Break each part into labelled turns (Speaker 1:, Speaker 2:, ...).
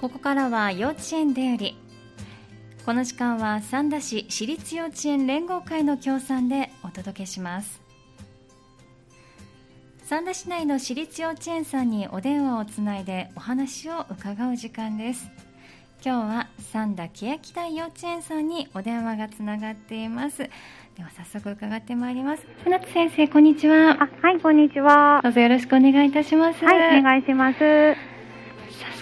Speaker 1: ここからは幼稚園でよりこの時間は三田市私立幼稚園連合会の協賛でお届けします三田市内の私立幼稚園さんにお電話をつないでお話を伺う時間です今日は三田欅台幼稚園さんにお電話がつながっていますでは早速伺ってまいります船津先生こんにちは
Speaker 2: あ、はい、こんにちは。
Speaker 1: どうぞよろしくお願いいたします
Speaker 2: はい、お願いします。
Speaker 1: さあ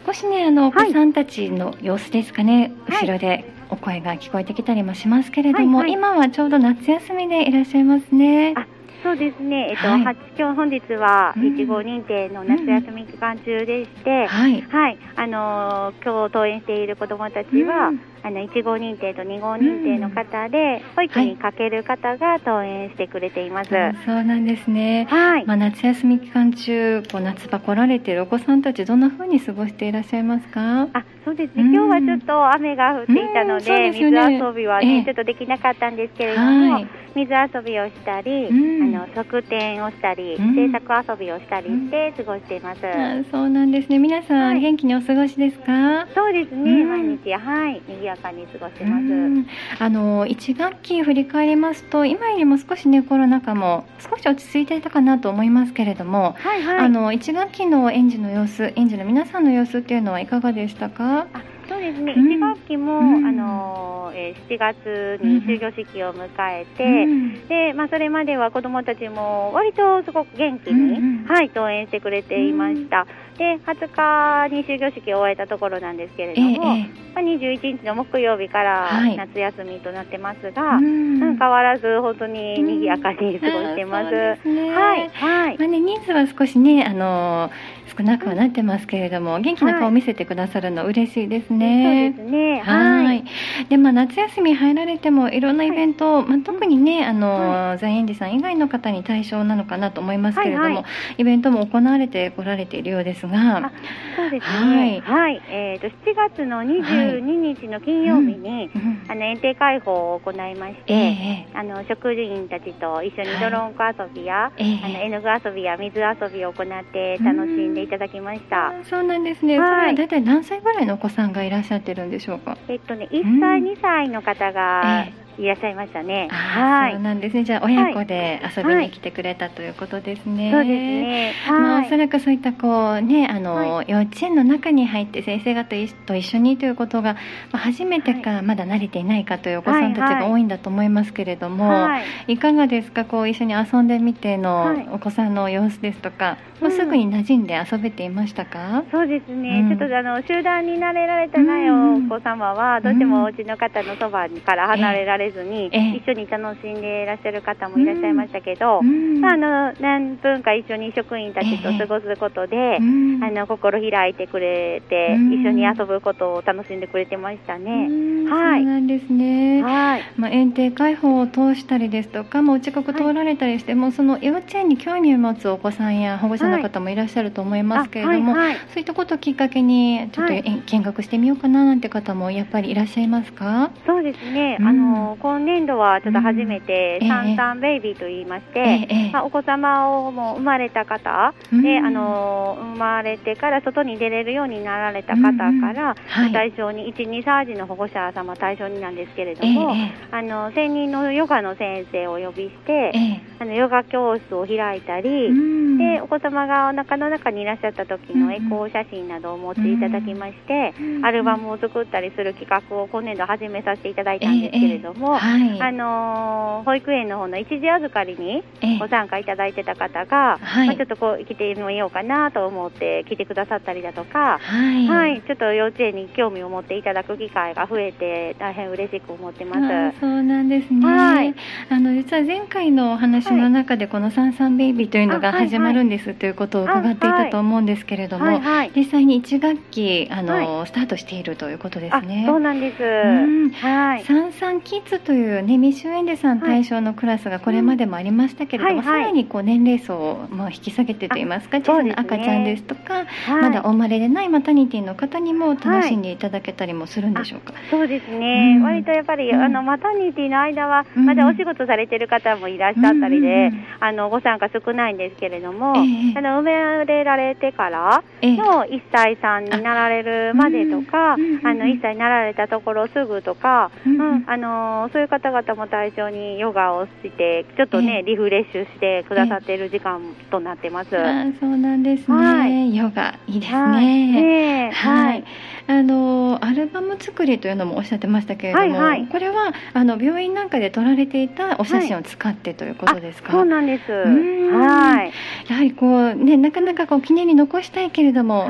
Speaker 1: 少しねあのお
Speaker 2: はい
Speaker 1: 子さんたちの様子ですかね、
Speaker 2: はい
Speaker 1: 後ろでお声が聞こえてきたりもしますけれども、
Speaker 2: はいはい
Speaker 1: 今はちょうど夏休みでいらっしゃいますね
Speaker 2: あそうですね、えっと、
Speaker 1: はい
Speaker 2: は今日本日は
Speaker 1: うん
Speaker 2: 1号認定の夏休み期間中でして、
Speaker 1: はい
Speaker 2: はい、あのー今日登園している子どもたちは、
Speaker 1: うん
Speaker 2: あの1号認定と2号認定の方で、保育にかける方が登園してくれています。
Speaker 1: そうそうなんですね、
Speaker 2: はい
Speaker 1: まあ、夏休み期間中こう夏場来られているお子さんたちどんな風に過ごしていらっしゃいますか
Speaker 2: あそうです
Speaker 1: う
Speaker 2: ね、
Speaker 1: ん
Speaker 2: 今日はちょっと雨が降っていたので、
Speaker 1: うんそうですよ
Speaker 2: 水
Speaker 1: ね
Speaker 2: 遊びは、
Speaker 1: え
Speaker 2: ね
Speaker 1: え
Speaker 2: ちょっとできなかったんですけれども、
Speaker 1: はい
Speaker 2: 水遊びをしたり、
Speaker 1: うん
Speaker 2: あの側転をしたり、
Speaker 1: うん
Speaker 2: 制作遊びをしたりして過ごしています。
Speaker 1: あそうなんですね皆さ
Speaker 2: は
Speaker 1: ん
Speaker 2: い
Speaker 1: 元気にお過ごしですか、
Speaker 2: そうですね、
Speaker 1: うん
Speaker 2: 毎日はい賑やかに過ごして
Speaker 1: う
Speaker 2: ます。
Speaker 1: んあの1学期振り返りますと今よりも少しねコロナ禍も少し落ち着いていたかなと思いますけれども、
Speaker 2: はいはい。
Speaker 1: あの1学期の園児の様子園児の皆さんの様子っていうのはいかがでしたか
Speaker 2: あそうですね、
Speaker 1: うん
Speaker 2: 1学期も、
Speaker 1: うん
Speaker 2: あのえー7月
Speaker 1: う
Speaker 2: に
Speaker 1: ん
Speaker 2: 終業式を迎えて、
Speaker 1: うん
Speaker 2: でまあ、それまでは子どもたちも割とすごく元気に、
Speaker 1: うんうん
Speaker 2: はい、登園してくれていました、で20日に終業式を終えたところなんですけれ
Speaker 1: え
Speaker 2: ど
Speaker 1: え
Speaker 2: も、
Speaker 1: え
Speaker 2: まあ、21日の木曜日から
Speaker 1: はい
Speaker 2: 夏休みとなってます
Speaker 1: え
Speaker 2: が、
Speaker 1: うん
Speaker 2: うん変わらず本当に賑やかに過ごしてま
Speaker 1: あ
Speaker 2: す。
Speaker 1: そうですね
Speaker 2: はい、はい
Speaker 1: まあね、人数は少しね、あの少なくはなってますけれども、元気な顔を見せてくださるの嬉しいですね。
Speaker 2: そうですね。
Speaker 1: は
Speaker 2: はいい。。
Speaker 1: で、まあ夏休み入られてもいろんなイベント、まあ特にね、あの、在園児さん以外の方に対象なのかなと思いますけれども、
Speaker 2: はいはい
Speaker 1: イベントも行われてこられているようですが
Speaker 2: あ、そうです
Speaker 1: はい
Speaker 2: ね。はい。えっ、と7月の22日の金曜日に、
Speaker 1: うん
Speaker 2: あの園庭開放を行いまして、
Speaker 1: ええ
Speaker 2: あの職員たちと一緒に
Speaker 1: はい
Speaker 2: ドローンコ遊びや、
Speaker 1: え
Speaker 2: あの
Speaker 1: え
Speaker 2: 絵の具遊びや水遊びを行って楽しんでいただきました。
Speaker 1: あそうなんですね。
Speaker 2: はい
Speaker 1: それはだいたい何歳ぐらいのお子さんがいらっしゃってるんでしょうか。
Speaker 2: えっとね、1歳、
Speaker 1: うん
Speaker 2: 2歳の方が
Speaker 1: え
Speaker 2: いらっしゃいましたね。
Speaker 1: あ
Speaker 2: は
Speaker 1: そう
Speaker 2: い。
Speaker 1: なんですね。じゃあ親子で遊びに来てくれたということですね。
Speaker 2: そうですね。
Speaker 1: まあ、
Speaker 2: は
Speaker 1: おそ
Speaker 2: い。
Speaker 1: らくそういったこう、ねあの
Speaker 2: は
Speaker 1: 幼稚園の中に入って先生方と一緒にということが、まあ、初めてか、まだ慣れていないかというお子さんたち
Speaker 2: はい
Speaker 1: が
Speaker 2: はい
Speaker 1: 多いんだと思いますけれども、
Speaker 2: はい。
Speaker 1: い、かがですかこう一緒に遊んでみて
Speaker 2: はい
Speaker 1: のお子さんの様子ですとか、もうすぐに馴染んで遊べていましたか、
Speaker 2: そうですね、
Speaker 1: うん
Speaker 2: ちょっとあの集団になれられたない
Speaker 1: うん
Speaker 2: お子様は、どうしてもお家の方のそばから離れられずに、
Speaker 1: ええ
Speaker 2: 一緒に楽しんでいらっしゃる方もいらっしゃいましたけど、
Speaker 1: うん
Speaker 2: まあ、あの何分か一緒に職員たちと過ごすことで
Speaker 1: う、ん
Speaker 2: あの心開いてくれて、
Speaker 1: うん
Speaker 2: 一緒に遊ぶことを楽しんでくれてましたね。
Speaker 1: うん
Speaker 2: はい
Speaker 1: そうなんですね、
Speaker 2: はい
Speaker 1: まあ、園庭開放を通したりですとか、まあ、お近く通られたりして、もその幼稚園に興味を持つお子さんや保護者の方もいらっしゃると思いますけれども、
Speaker 2: あはいはい
Speaker 1: そういったことをきっかけにちょっと
Speaker 2: はい
Speaker 1: 見見学してみようかななんて方もやっぱりいらっしゃいますか、
Speaker 2: そうですね、
Speaker 1: うん
Speaker 2: あの今年度はちょっと初めて、
Speaker 1: うん
Speaker 2: サンサンベイビーと言いまして、
Speaker 1: ええ
Speaker 2: まあ、お子様をもう生まれた方、
Speaker 1: うん
Speaker 2: であの生まれてから外に出れるようになられた方から、
Speaker 1: はい、
Speaker 2: 対象に1、2歳児の保護者様対象になんですけれど
Speaker 1: ええ
Speaker 2: も、あの専任のヨガの先生をお呼びして、
Speaker 1: ええ
Speaker 2: あのヨガ教室を開いたり、
Speaker 1: うん
Speaker 2: でお子様がお腹の中にいらっしゃった時
Speaker 1: うん
Speaker 2: のエコー写真などをお持ちいただきまして、アルバムを作ったりする企画を今年度始めさせていただいたんですけれども、
Speaker 1: はい
Speaker 2: あのー保育園の方の一時預かりに
Speaker 1: ええ
Speaker 2: ご参加いただいてた方が、
Speaker 1: はい
Speaker 2: まあ、ちょっとこう来てみようかなと思って来てくださったりだとか、
Speaker 1: はい
Speaker 2: はい、ちょっと幼稚園に興味を持っていただく機会が増えて大変嬉しく思ってます。
Speaker 1: あーそうなんですね、
Speaker 2: はい
Speaker 1: あの実は前回のお話の中でこの「サンサンベイビー」というのが
Speaker 2: あはいはい
Speaker 1: 始まるんですということを伺っていたと思うんですけれども、
Speaker 2: はいはい。
Speaker 1: 実際に1学期あの、スタートしているということです
Speaker 2: あ、
Speaker 1: ね。
Speaker 2: そうなんです。
Speaker 1: うん
Speaker 2: はい。
Speaker 1: サンサンキッズという、ね、未就園児さん対象のクラスがこれまでもありましたけれども、
Speaker 2: うんはいはい
Speaker 1: さらにこう年齢層をもう引き下げてといいますか
Speaker 2: あ
Speaker 1: 小さ
Speaker 2: そうで
Speaker 1: な
Speaker 2: すね
Speaker 1: 赤ちゃんですとか、
Speaker 2: はい
Speaker 1: まだお生まれでないマタニティの方にも楽しんでいただけたりもするんでしょうか。
Speaker 2: そうでですね、
Speaker 1: うん
Speaker 2: 割とやっぱり、
Speaker 1: うん
Speaker 2: あのマタニティの間は、
Speaker 1: うん
Speaker 2: まだお仕事されてる方もいらっしゃったりで、
Speaker 1: うん
Speaker 2: あのご参加少ないんですけれども、
Speaker 1: ええ
Speaker 2: あの生まれられてから
Speaker 1: ええ
Speaker 2: の1歳さんになられるまでとか、
Speaker 1: あうん
Speaker 2: あの1歳になられたところすぐとか、
Speaker 1: う
Speaker 2: うんん
Speaker 1: うん
Speaker 2: あのそういう方々も対象にヨガをして、ちょっと
Speaker 1: ええ
Speaker 2: ね、リフレッシュしてくださっている時間となってます。
Speaker 1: あーそうなんですね、
Speaker 2: はい
Speaker 1: ヨガいいです
Speaker 2: はい
Speaker 1: ね。
Speaker 2: ねえ
Speaker 1: は
Speaker 2: はいい、
Speaker 1: あのアルバム作りというのもおっしゃってましたけれども、
Speaker 2: はいはい
Speaker 1: これはあの病院なんかで撮られていたお写真を使ってということですか、
Speaker 2: そうなんです。
Speaker 1: ーん
Speaker 2: はい。
Speaker 1: やはりこう、ね、なかなかこう記念に残したいけれども、
Speaker 2: はい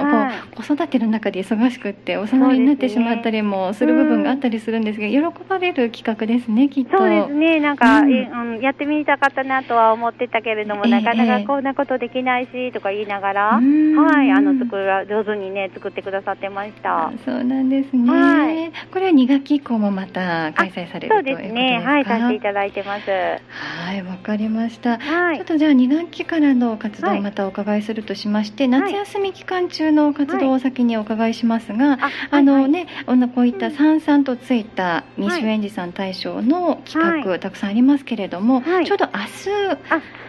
Speaker 1: こう子育ての中で忙しくってお触りになってしまったりもする部分があったりするんですが、喜ばれる企画ですねきっと。
Speaker 2: そうですね、なんか、
Speaker 1: うん
Speaker 2: えうん、やってみたかったなとは思ってたけれども、
Speaker 1: ええ
Speaker 2: なかなかこんなことできないしとか言いながら、
Speaker 1: うーん
Speaker 2: はい、あの作ら上手にね、作ってくださってました
Speaker 1: あ。そうなんですね、
Speaker 2: はい
Speaker 1: これは2学期以降もまた開催される
Speaker 2: そう
Speaker 1: というこ
Speaker 2: で
Speaker 1: とですすか
Speaker 2: ね、はい、させていただいてます。
Speaker 1: はいわかりました、
Speaker 2: は
Speaker 1: ちょっ
Speaker 2: い。
Speaker 1: とじゃあ2学期からの活動
Speaker 2: は
Speaker 1: を
Speaker 2: い
Speaker 1: またお伺いするとしまして、
Speaker 2: はい
Speaker 1: 夏休み期間中の活動を先にお伺いしますが、
Speaker 2: あ
Speaker 1: あの
Speaker 2: はい
Speaker 1: ね、あのこういった
Speaker 2: うん
Speaker 1: さんさんとついた西園寺さん大賞の企画、たくさんありますけれども、
Speaker 2: はい
Speaker 1: ちょうど明
Speaker 2: あ、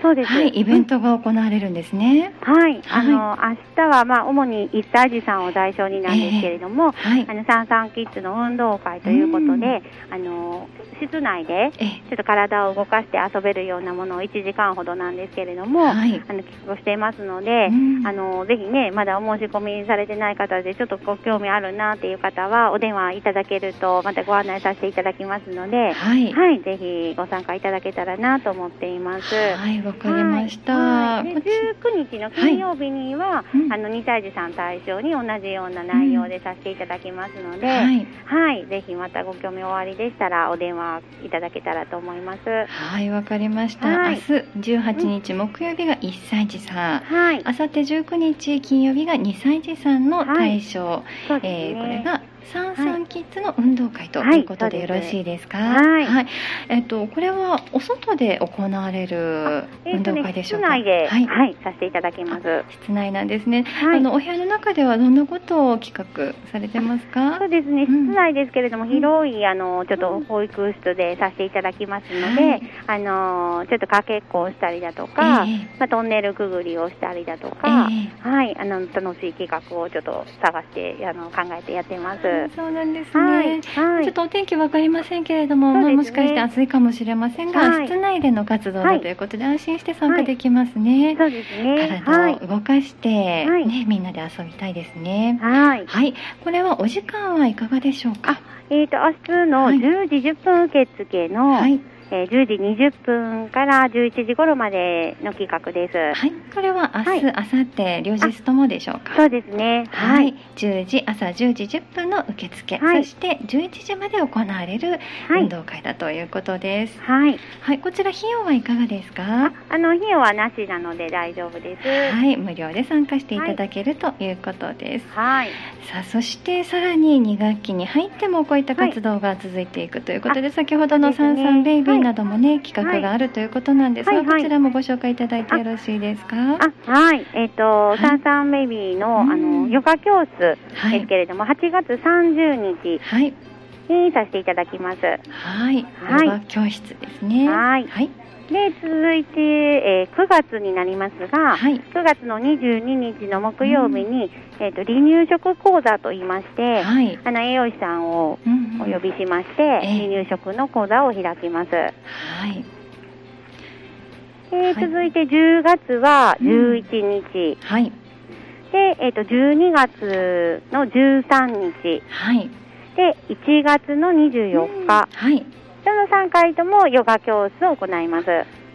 Speaker 2: そう
Speaker 1: 日、
Speaker 2: です。
Speaker 1: はい、イベントが行われるんですね。
Speaker 2: はい、あの、明日は、まあ、主に一歳児さんを対象になんですけれども、
Speaker 1: はい
Speaker 2: あ、の、サンサンキッズの運動会という
Speaker 1: う
Speaker 2: こと
Speaker 1: ん
Speaker 2: で、あの、室内で、
Speaker 1: え
Speaker 2: ちょっと体を動かして遊べるようなものを1時間ほどなんですけれども、
Speaker 1: はい
Speaker 2: あの企画をしていますので、
Speaker 1: うん
Speaker 2: あのぜひね、まだお申し込みされてない方で、ちょっとご興味あるなっていう方は、お電話いただけると、またご案内させていただきますので、
Speaker 1: はい
Speaker 2: はい、ぜひご参加いただけたらなと思っています。
Speaker 1: はい、わかりました。
Speaker 2: はいはい
Speaker 1: こ
Speaker 2: で
Speaker 1: っち
Speaker 2: 19日の金曜日には、
Speaker 1: うん
Speaker 2: あの2歳児さん対象に同じような内容でさせていただきますので、
Speaker 1: はい
Speaker 2: はい、ぜひまたご興味おありでしたらお電話いただけたらと思います。
Speaker 1: はい、わかりました。
Speaker 2: は
Speaker 1: 明
Speaker 2: い
Speaker 1: 日18日木曜日が1歳児さん、
Speaker 2: はい、
Speaker 1: あさって19日金曜日が2歳児さんの対象、
Speaker 2: そうです
Speaker 1: え
Speaker 2: ね。
Speaker 1: ーこれが三三キッズの運動会と
Speaker 2: は
Speaker 1: い
Speaker 2: い
Speaker 1: うことでよろしいですか。
Speaker 2: はい
Speaker 1: えっとこれはお外で行われる
Speaker 2: え
Speaker 1: 運
Speaker 2: ーと
Speaker 1: 動
Speaker 2: ね
Speaker 1: 会でし
Speaker 2: 室
Speaker 1: ょうか。
Speaker 2: 内で、
Speaker 1: は
Speaker 2: はいい、。させていただきます。
Speaker 1: 室内なんですね。
Speaker 2: はい
Speaker 1: あのお部屋の中ではどんなことを企画されてますか
Speaker 2: そ。うですね、
Speaker 1: うん
Speaker 2: 室内ですけれども、
Speaker 1: ん
Speaker 2: 広いあのちょっと保育室でさせていただきますので、
Speaker 1: はい
Speaker 2: あのちょっとかけっこをしたりだとか、
Speaker 1: ええ
Speaker 2: まあ、トンネルくぐりをしたりだとか、
Speaker 1: え
Speaker 2: はい、あの楽しい企画をちょっと探してあの考えてやってます。
Speaker 1: そうなんですね。
Speaker 2: はい、は
Speaker 1: ちょっ
Speaker 2: い、
Speaker 1: とお天気わかりませんけれども、
Speaker 2: そう
Speaker 1: まあ、
Speaker 2: ですね
Speaker 1: もしかして暑いかもしれませんが、
Speaker 2: はい
Speaker 1: 室内での活動だということで、安心して参加できますね。
Speaker 2: そうですね、は
Speaker 1: 体
Speaker 2: い、
Speaker 1: を動かして、
Speaker 2: はい
Speaker 1: ね、みんなで遊びたいですね。
Speaker 2: はい、
Speaker 1: はい、これはお時間はいかがでしょうか。
Speaker 2: えっ、と明日の
Speaker 1: はい
Speaker 2: 10時10分受付の、
Speaker 1: はい、
Speaker 2: えー10時20分から11時頃までの企画です。
Speaker 1: はい、これは
Speaker 2: は
Speaker 1: 明
Speaker 2: い
Speaker 1: 日、明後日両日ともでしょうか。
Speaker 2: そうですね。
Speaker 1: は
Speaker 2: はいい。、
Speaker 1: 10時朝10時10分の受付、
Speaker 2: はい
Speaker 1: そして11時まで行われる
Speaker 2: は
Speaker 1: 運
Speaker 2: い。
Speaker 1: 動会だということです。
Speaker 2: はい。
Speaker 1: はい、こちら費用はいかがですか。
Speaker 2: あの、費用はなしなので大丈夫です。
Speaker 1: はい、無料で参加していただけるということです。
Speaker 2: はい。
Speaker 1: さあ、そしてさらに2学期に入ってもこういった活動が続いていくということで、先ほどの
Speaker 2: そうで
Speaker 1: サ
Speaker 2: すね
Speaker 1: ンサンベイビーなどもね、企画があるということなんですが、
Speaker 2: はいはい
Speaker 1: こちらもご紹介いただいてよろしいですか。
Speaker 2: あ、はい。えっ、
Speaker 1: い
Speaker 2: と、サンサンベイビーの、
Speaker 1: うん
Speaker 2: あの、ヨガ教室
Speaker 1: は
Speaker 2: です
Speaker 1: い、
Speaker 2: けれども、8月30日
Speaker 1: はい、
Speaker 2: にさせていただきます。で、
Speaker 1: はい、
Speaker 2: はい
Speaker 1: ヨガ教室ですね。
Speaker 2: はい
Speaker 1: はい、
Speaker 2: 続いて、えー9月になりますが、
Speaker 1: はい
Speaker 2: 9月の22日の木曜日に、えっ、と、離乳食講座と言いまして、
Speaker 1: はい、
Speaker 2: あの、栄養士さんを
Speaker 1: うん
Speaker 2: お
Speaker 1: うん
Speaker 2: 呼びしまして、
Speaker 1: え
Speaker 2: 離乳食の講座を開きます。
Speaker 1: はい、は
Speaker 2: え
Speaker 1: い
Speaker 2: ー続いて10月は
Speaker 1: うん
Speaker 2: 11日、
Speaker 1: はい、
Speaker 2: で、えー、と12月の13日
Speaker 1: はい、
Speaker 2: で1月の24日、
Speaker 1: はい。
Speaker 2: その3回ともヨガ教室を行います。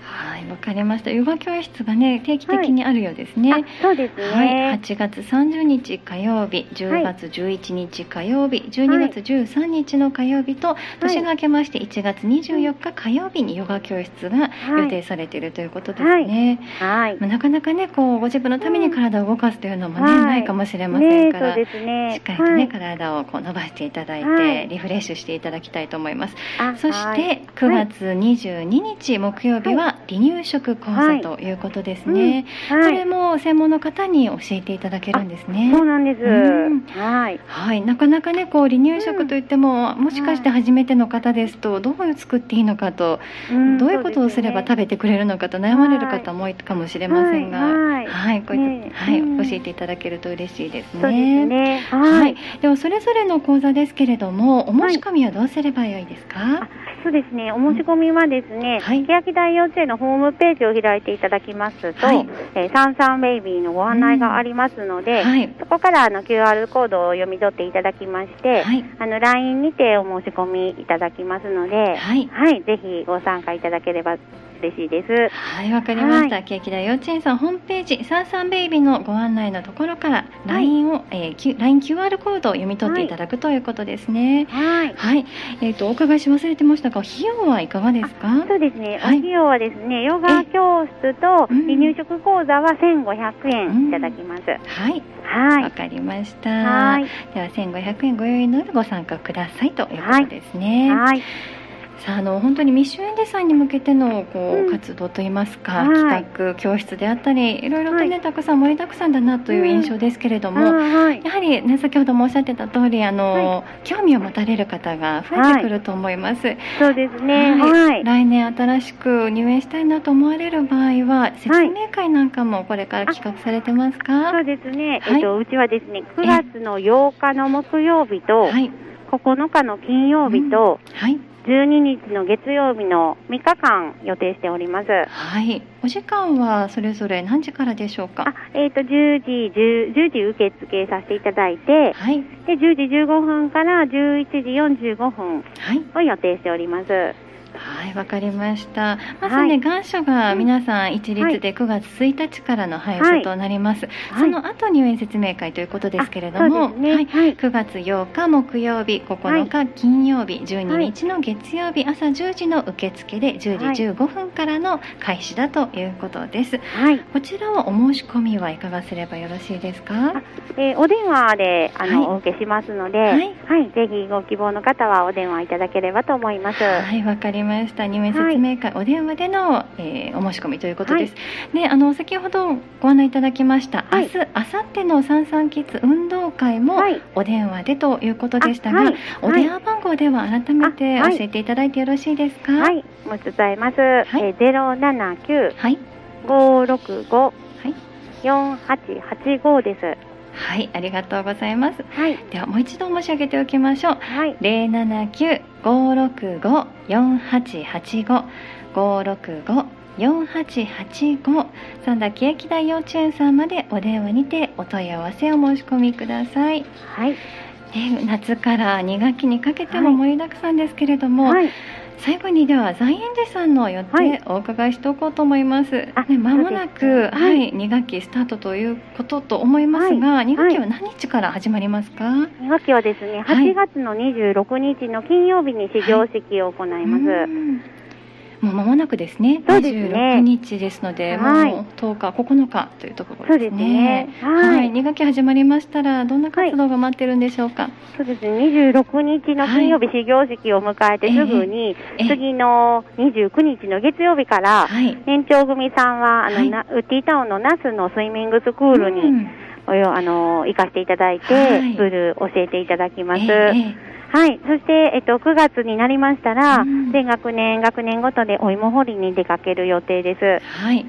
Speaker 1: はい、わかりました。ヨガ教室がね、定期的にあるようですね。
Speaker 2: あそうです
Speaker 1: はい、
Speaker 2: ね。
Speaker 1: 8月30日火曜日、10月11日火曜日、12月13日の火曜日と、年が明けまして1月24日火曜日にヨガ教室が
Speaker 2: はい
Speaker 1: 予定されているということですね。
Speaker 2: はい。
Speaker 1: まあなかなかね、こうご自分のために体を動かすというのもね、
Speaker 2: はい
Speaker 1: ないかもしれませ
Speaker 2: ね
Speaker 1: ん
Speaker 2: え
Speaker 1: か
Speaker 2: そ
Speaker 1: ら。
Speaker 2: うですね。
Speaker 1: しっかりとね、
Speaker 2: はい
Speaker 1: 体をこう伸ばしていただいて、
Speaker 2: はい
Speaker 1: リフレッシュしていただきたいと思います。
Speaker 2: あ
Speaker 1: そして、
Speaker 2: はい
Speaker 1: 9月22日木曜日は離乳食講
Speaker 2: は
Speaker 1: 座
Speaker 2: い
Speaker 1: ということですね、
Speaker 2: は
Speaker 1: これ
Speaker 2: い、
Speaker 1: も専門の方に教えていただけるんですね
Speaker 2: そうなんです。
Speaker 1: うん
Speaker 2: はい。
Speaker 1: はい、なかなかねこう離乳食といっても、もしかして初めての方ですとどう作っていいのかと、
Speaker 2: ん
Speaker 1: どういうことをすれば食べてくれるのかと悩まれる方も多いかもしれませんが、
Speaker 2: はいはい
Speaker 1: こういった、
Speaker 2: ね
Speaker 1: はい
Speaker 2: う
Speaker 1: 教
Speaker 2: ん
Speaker 1: えていただけると嬉しいですね。
Speaker 2: そうですね。
Speaker 1: は
Speaker 2: はいい。、
Speaker 1: ではそれぞれの講座ですけれども、お申し込みはどうすればよいですか
Speaker 2: あ。そうですね。お申し込みはですね、
Speaker 1: はい
Speaker 2: 欅台幼稚園のホームページを開いていただきますと、
Speaker 1: はい
Speaker 2: えーサンサンベイビーのご案内がありますので、
Speaker 1: はい、
Speaker 2: そこからあの QR コードを読み取っていただきまして、
Speaker 1: はい、
Speaker 2: あの LINE にてお申し込みいただきますので、
Speaker 1: はい。
Speaker 2: はい、ぜひご参加いただければ嬉しいです。
Speaker 1: はい、わかりました。
Speaker 2: は
Speaker 1: ケーキ大幼稚園さんホームページ、サンサンベイビーのご案内のところから、LINE を、えー Q、LINE QR コードを読み取っていただくということですね。
Speaker 2: はい。
Speaker 1: はい、えっ、とお伺いし忘れてましたが、費用はいかがですか
Speaker 2: そ？うですね、
Speaker 1: はい
Speaker 2: お費用はですね、ヨガ教室と
Speaker 1: うん
Speaker 2: 離乳食講座は
Speaker 1: う
Speaker 2: 1500
Speaker 1: ん
Speaker 2: 円いただきます。
Speaker 1: はい、
Speaker 2: は
Speaker 1: わ、
Speaker 2: い。
Speaker 1: かりました。
Speaker 2: はい。
Speaker 1: では1500円ご用意の上ご参加くださいということですね。
Speaker 2: はい。
Speaker 1: さああの本当に未就園児さんに向けてのこう、
Speaker 2: うん
Speaker 1: 活動といいますか、
Speaker 2: はい
Speaker 1: 企画教室であったりいろいろとね、
Speaker 2: は
Speaker 1: たくさん盛りだくさんだなという印象ですけれども、
Speaker 2: はい。
Speaker 1: やはり、ね、先ほどもおっしゃってた通りあの、興味を持たれる方が増えてくると思います、
Speaker 2: そうですね。
Speaker 1: はい
Speaker 2: はい。
Speaker 1: 来年新しく入園したいなと思われる場合は説明会なんかもこれから企画されてますか、
Speaker 2: そうですね。
Speaker 1: はい
Speaker 2: えっと、うちはですね、9月の8日の木曜日と、
Speaker 1: はい
Speaker 2: 9日の金曜日と、
Speaker 1: はい、
Speaker 2: 12日の月曜日の3日間予定しております。
Speaker 1: はい、お時間はそれぞれ何時からでしょう
Speaker 2: あ
Speaker 1: か、
Speaker 2: えっ、と、10時、10, 10時受付させていただいて、
Speaker 1: はい
Speaker 2: で、10時15分から11時45分
Speaker 1: はい
Speaker 2: を予定しております。
Speaker 1: はい、わかりました。まずね、
Speaker 2: はい
Speaker 1: 願書が皆さん一律で9月1日からの配布となります。その後入園説明会ということですけれども、
Speaker 2: あそ
Speaker 1: は
Speaker 2: うですね。
Speaker 1: い、
Speaker 2: はい。
Speaker 1: 9月8日木曜日、9日金曜日、12日の月曜日朝10時の受付で10時15分からの開始だということです。
Speaker 2: はい。
Speaker 1: こちらはお申し込みはいかがすればよろしいですか
Speaker 2: あ。えーお電話で、あの、
Speaker 1: はい
Speaker 2: お受けしますので、
Speaker 1: は
Speaker 2: はいい、ぜひご希望の方はお電話いただければと思います。
Speaker 1: はい、わかりました。入園説明会、お電話での、えーお申し込みということです。で、あの先ほどご案内いただきました。
Speaker 2: はい
Speaker 1: 明日、明後日のサンサンキッズ運動会も、
Speaker 2: はい。
Speaker 1: お電話でということ
Speaker 2: あ
Speaker 1: でしたが、
Speaker 2: はい。
Speaker 1: お電話番号では改めて
Speaker 2: あはい
Speaker 1: 教えていただいてよろしいですか。
Speaker 2: は
Speaker 1: はい。
Speaker 2: い。もう伝えます。
Speaker 1: い
Speaker 2: えー、
Speaker 1: はい。
Speaker 2: 079-565-4885
Speaker 1: い
Speaker 2: です。
Speaker 1: ありがとうございます。
Speaker 2: はい。
Speaker 1: ではもう一度申し上げておきましょう。
Speaker 2: はい。
Speaker 1: 零七九五六五四八八五五六五四八八五三田紀駅大幼稚園さんまでお電話にてお問い合わせを申し込みください。ね
Speaker 2: はい。
Speaker 1: 夏から2学期にかけても
Speaker 2: はい
Speaker 1: 盛りだくさんですけれども、
Speaker 2: はい。
Speaker 1: 最後にでは在園児さんの予
Speaker 2: は
Speaker 1: 定
Speaker 2: い
Speaker 1: お伺いしておこうと思います。
Speaker 2: あ
Speaker 1: ね、まもなく、
Speaker 2: そうですか
Speaker 1: は
Speaker 2: はいい、
Speaker 1: 2学期スタートということと思いますが、2学期は何日から始まりますか？
Speaker 2: いわきはですね、
Speaker 1: はい
Speaker 2: 8月の26日の金曜日に始業式を行います。
Speaker 1: うんもう間もなくですね。
Speaker 2: そうです
Speaker 1: 26
Speaker 2: ね
Speaker 1: 日ですので、
Speaker 2: はい
Speaker 1: もう10日、9日というとこ
Speaker 2: そ
Speaker 1: ろ
Speaker 2: う
Speaker 1: で
Speaker 2: ですす
Speaker 1: ね
Speaker 2: ね。。
Speaker 1: は、
Speaker 2: はいい。
Speaker 1: 2学期始まりましたら、どんな活動が待ってるんでしょうか。
Speaker 2: そうですね、26日の金曜日始業式を迎えてすぐに、
Speaker 1: え
Speaker 2: 次の29日の月曜日から、
Speaker 1: はい。
Speaker 2: 年長組さんは、あの、
Speaker 1: はい
Speaker 2: なウッディタウンのナスのスイミングスクール
Speaker 1: う
Speaker 2: に、
Speaker 1: ん
Speaker 2: およあの、行かせていただいて、
Speaker 1: はい
Speaker 2: ブルー教えていただきます。
Speaker 1: ええ
Speaker 2: はい。そして、えっと、9月になりましたら、
Speaker 1: うん
Speaker 2: 全学年、学年ごとでお芋掘りに出かける予定です。
Speaker 1: はい。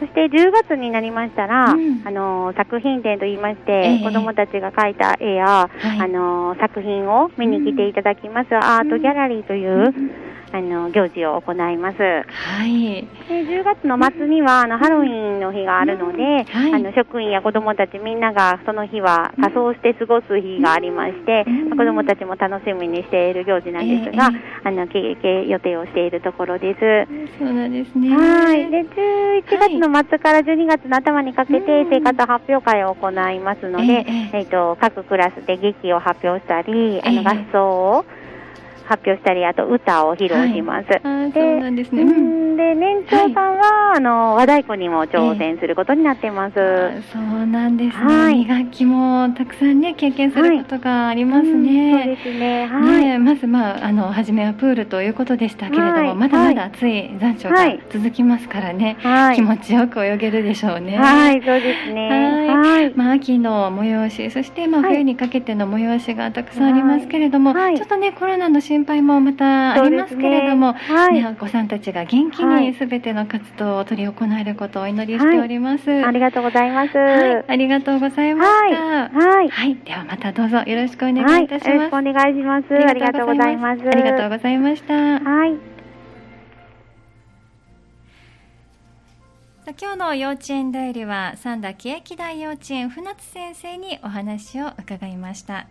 Speaker 2: そして10月になりましたら、
Speaker 1: うん
Speaker 2: あの作品展といいまして、
Speaker 1: ええ
Speaker 2: 子どもたちが描いた絵や、
Speaker 1: はい
Speaker 2: あの作品を見に来ていただきます、アートギャラリーという、あの行事を行います。で
Speaker 1: はい。
Speaker 2: 10月の末にはあのハロウィンの日があるので、
Speaker 1: うんはい
Speaker 2: あの職員や子どもたちみんながその日は仮装して過ごす日がありまして、
Speaker 1: うん
Speaker 2: まあ子どもたちも楽しみにしている行事なんですが、
Speaker 1: ええ
Speaker 2: あのけけ予定をしているところです。
Speaker 1: そうなんですね。
Speaker 2: はい。で、11月の末から12月の頭にかけ
Speaker 1: う
Speaker 2: て
Speaker 1: ん
Speaker 2: 生活発表会を行いますので、
Speaker 1: ええ
Speaker 2: えっ、と、各クラスで劇を発表したり、あ
Speaker 1: ええ
Speaker 2: の、合奏を、発表したり、あと歌を披露します。
Speaker 1: あーそうなんですね。
Speaker 2: う
Speaker 1: うん
Speaker 2: んで年長さんは、あの和太鼓にも挑戦することになってます。
Speaker 1: あそうなんですね。
Speaker 2: はい
Speaker 1: 2学期もたくさんね経験することがあります
Speaker 2: うんそう
Speaker 1: ね。
Speaker 2: ですね。はい。
Speaker 1: ねえまず、まあ、あの初めはプールということでしたけれども、
Speaker 2: はい
Speaker 1: まだまだ暑い残暑が
Speaker 2: はい
Speaker 1: 続きますからね、
Speaker 2: はい。
Speaker 1: 気持ちよく泳げるでしょうね。
Speaker 2: はい、そうですね。
Speaker 1: は
Speaker 2: はい。
Speaker 1: まあ、秋の催しそしてまあ
Speaker 2: はい
Speaker 1: 冬にかけての催しがたくさんありますけれども、
Speaker 2: はいはい
Speaker 1: ちょっとねコロナの心配もまたあ
Speaker 2: そう
Speaker 1: り
Speaker 2: で
Speaker 1: ますけれども、
Speaker 2: ねはい、
Speaker 1: ね、お子さんたちが元気
Speaker 2: は
Speaker 1: に
Speaker 2: い
Speaker 1: すべての活動を取り行えることをお祈りしております。
Speaker 2: ありがとうございます。
Speaker 1: はい、ありがとうございました。は
Speaker 2: はい
Speaker 1: い、。ではまたどうぞよろしくお願
Speaker 2: は
Speaker 1: い
Speaker 2: いよ
Speaker 1: た
Speaker 2: ろし
Speaker 1: し
Speaker 2: く
Speaker 1: ます。
Speaker 2: お願いします。ありがとうございます。
Speaker 1: ありがとうございました。
Speaker 2: はい。
Speaker 1: さあ今日の幼稚園代理は三田喜駅大幼稚園船津先生にお話を伺いました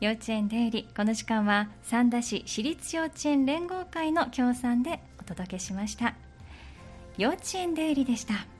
Speaker 1: 幼稚園代理この時間は三田市私立幼稚園連合会の協賛でお届けしました幼稚園代理でした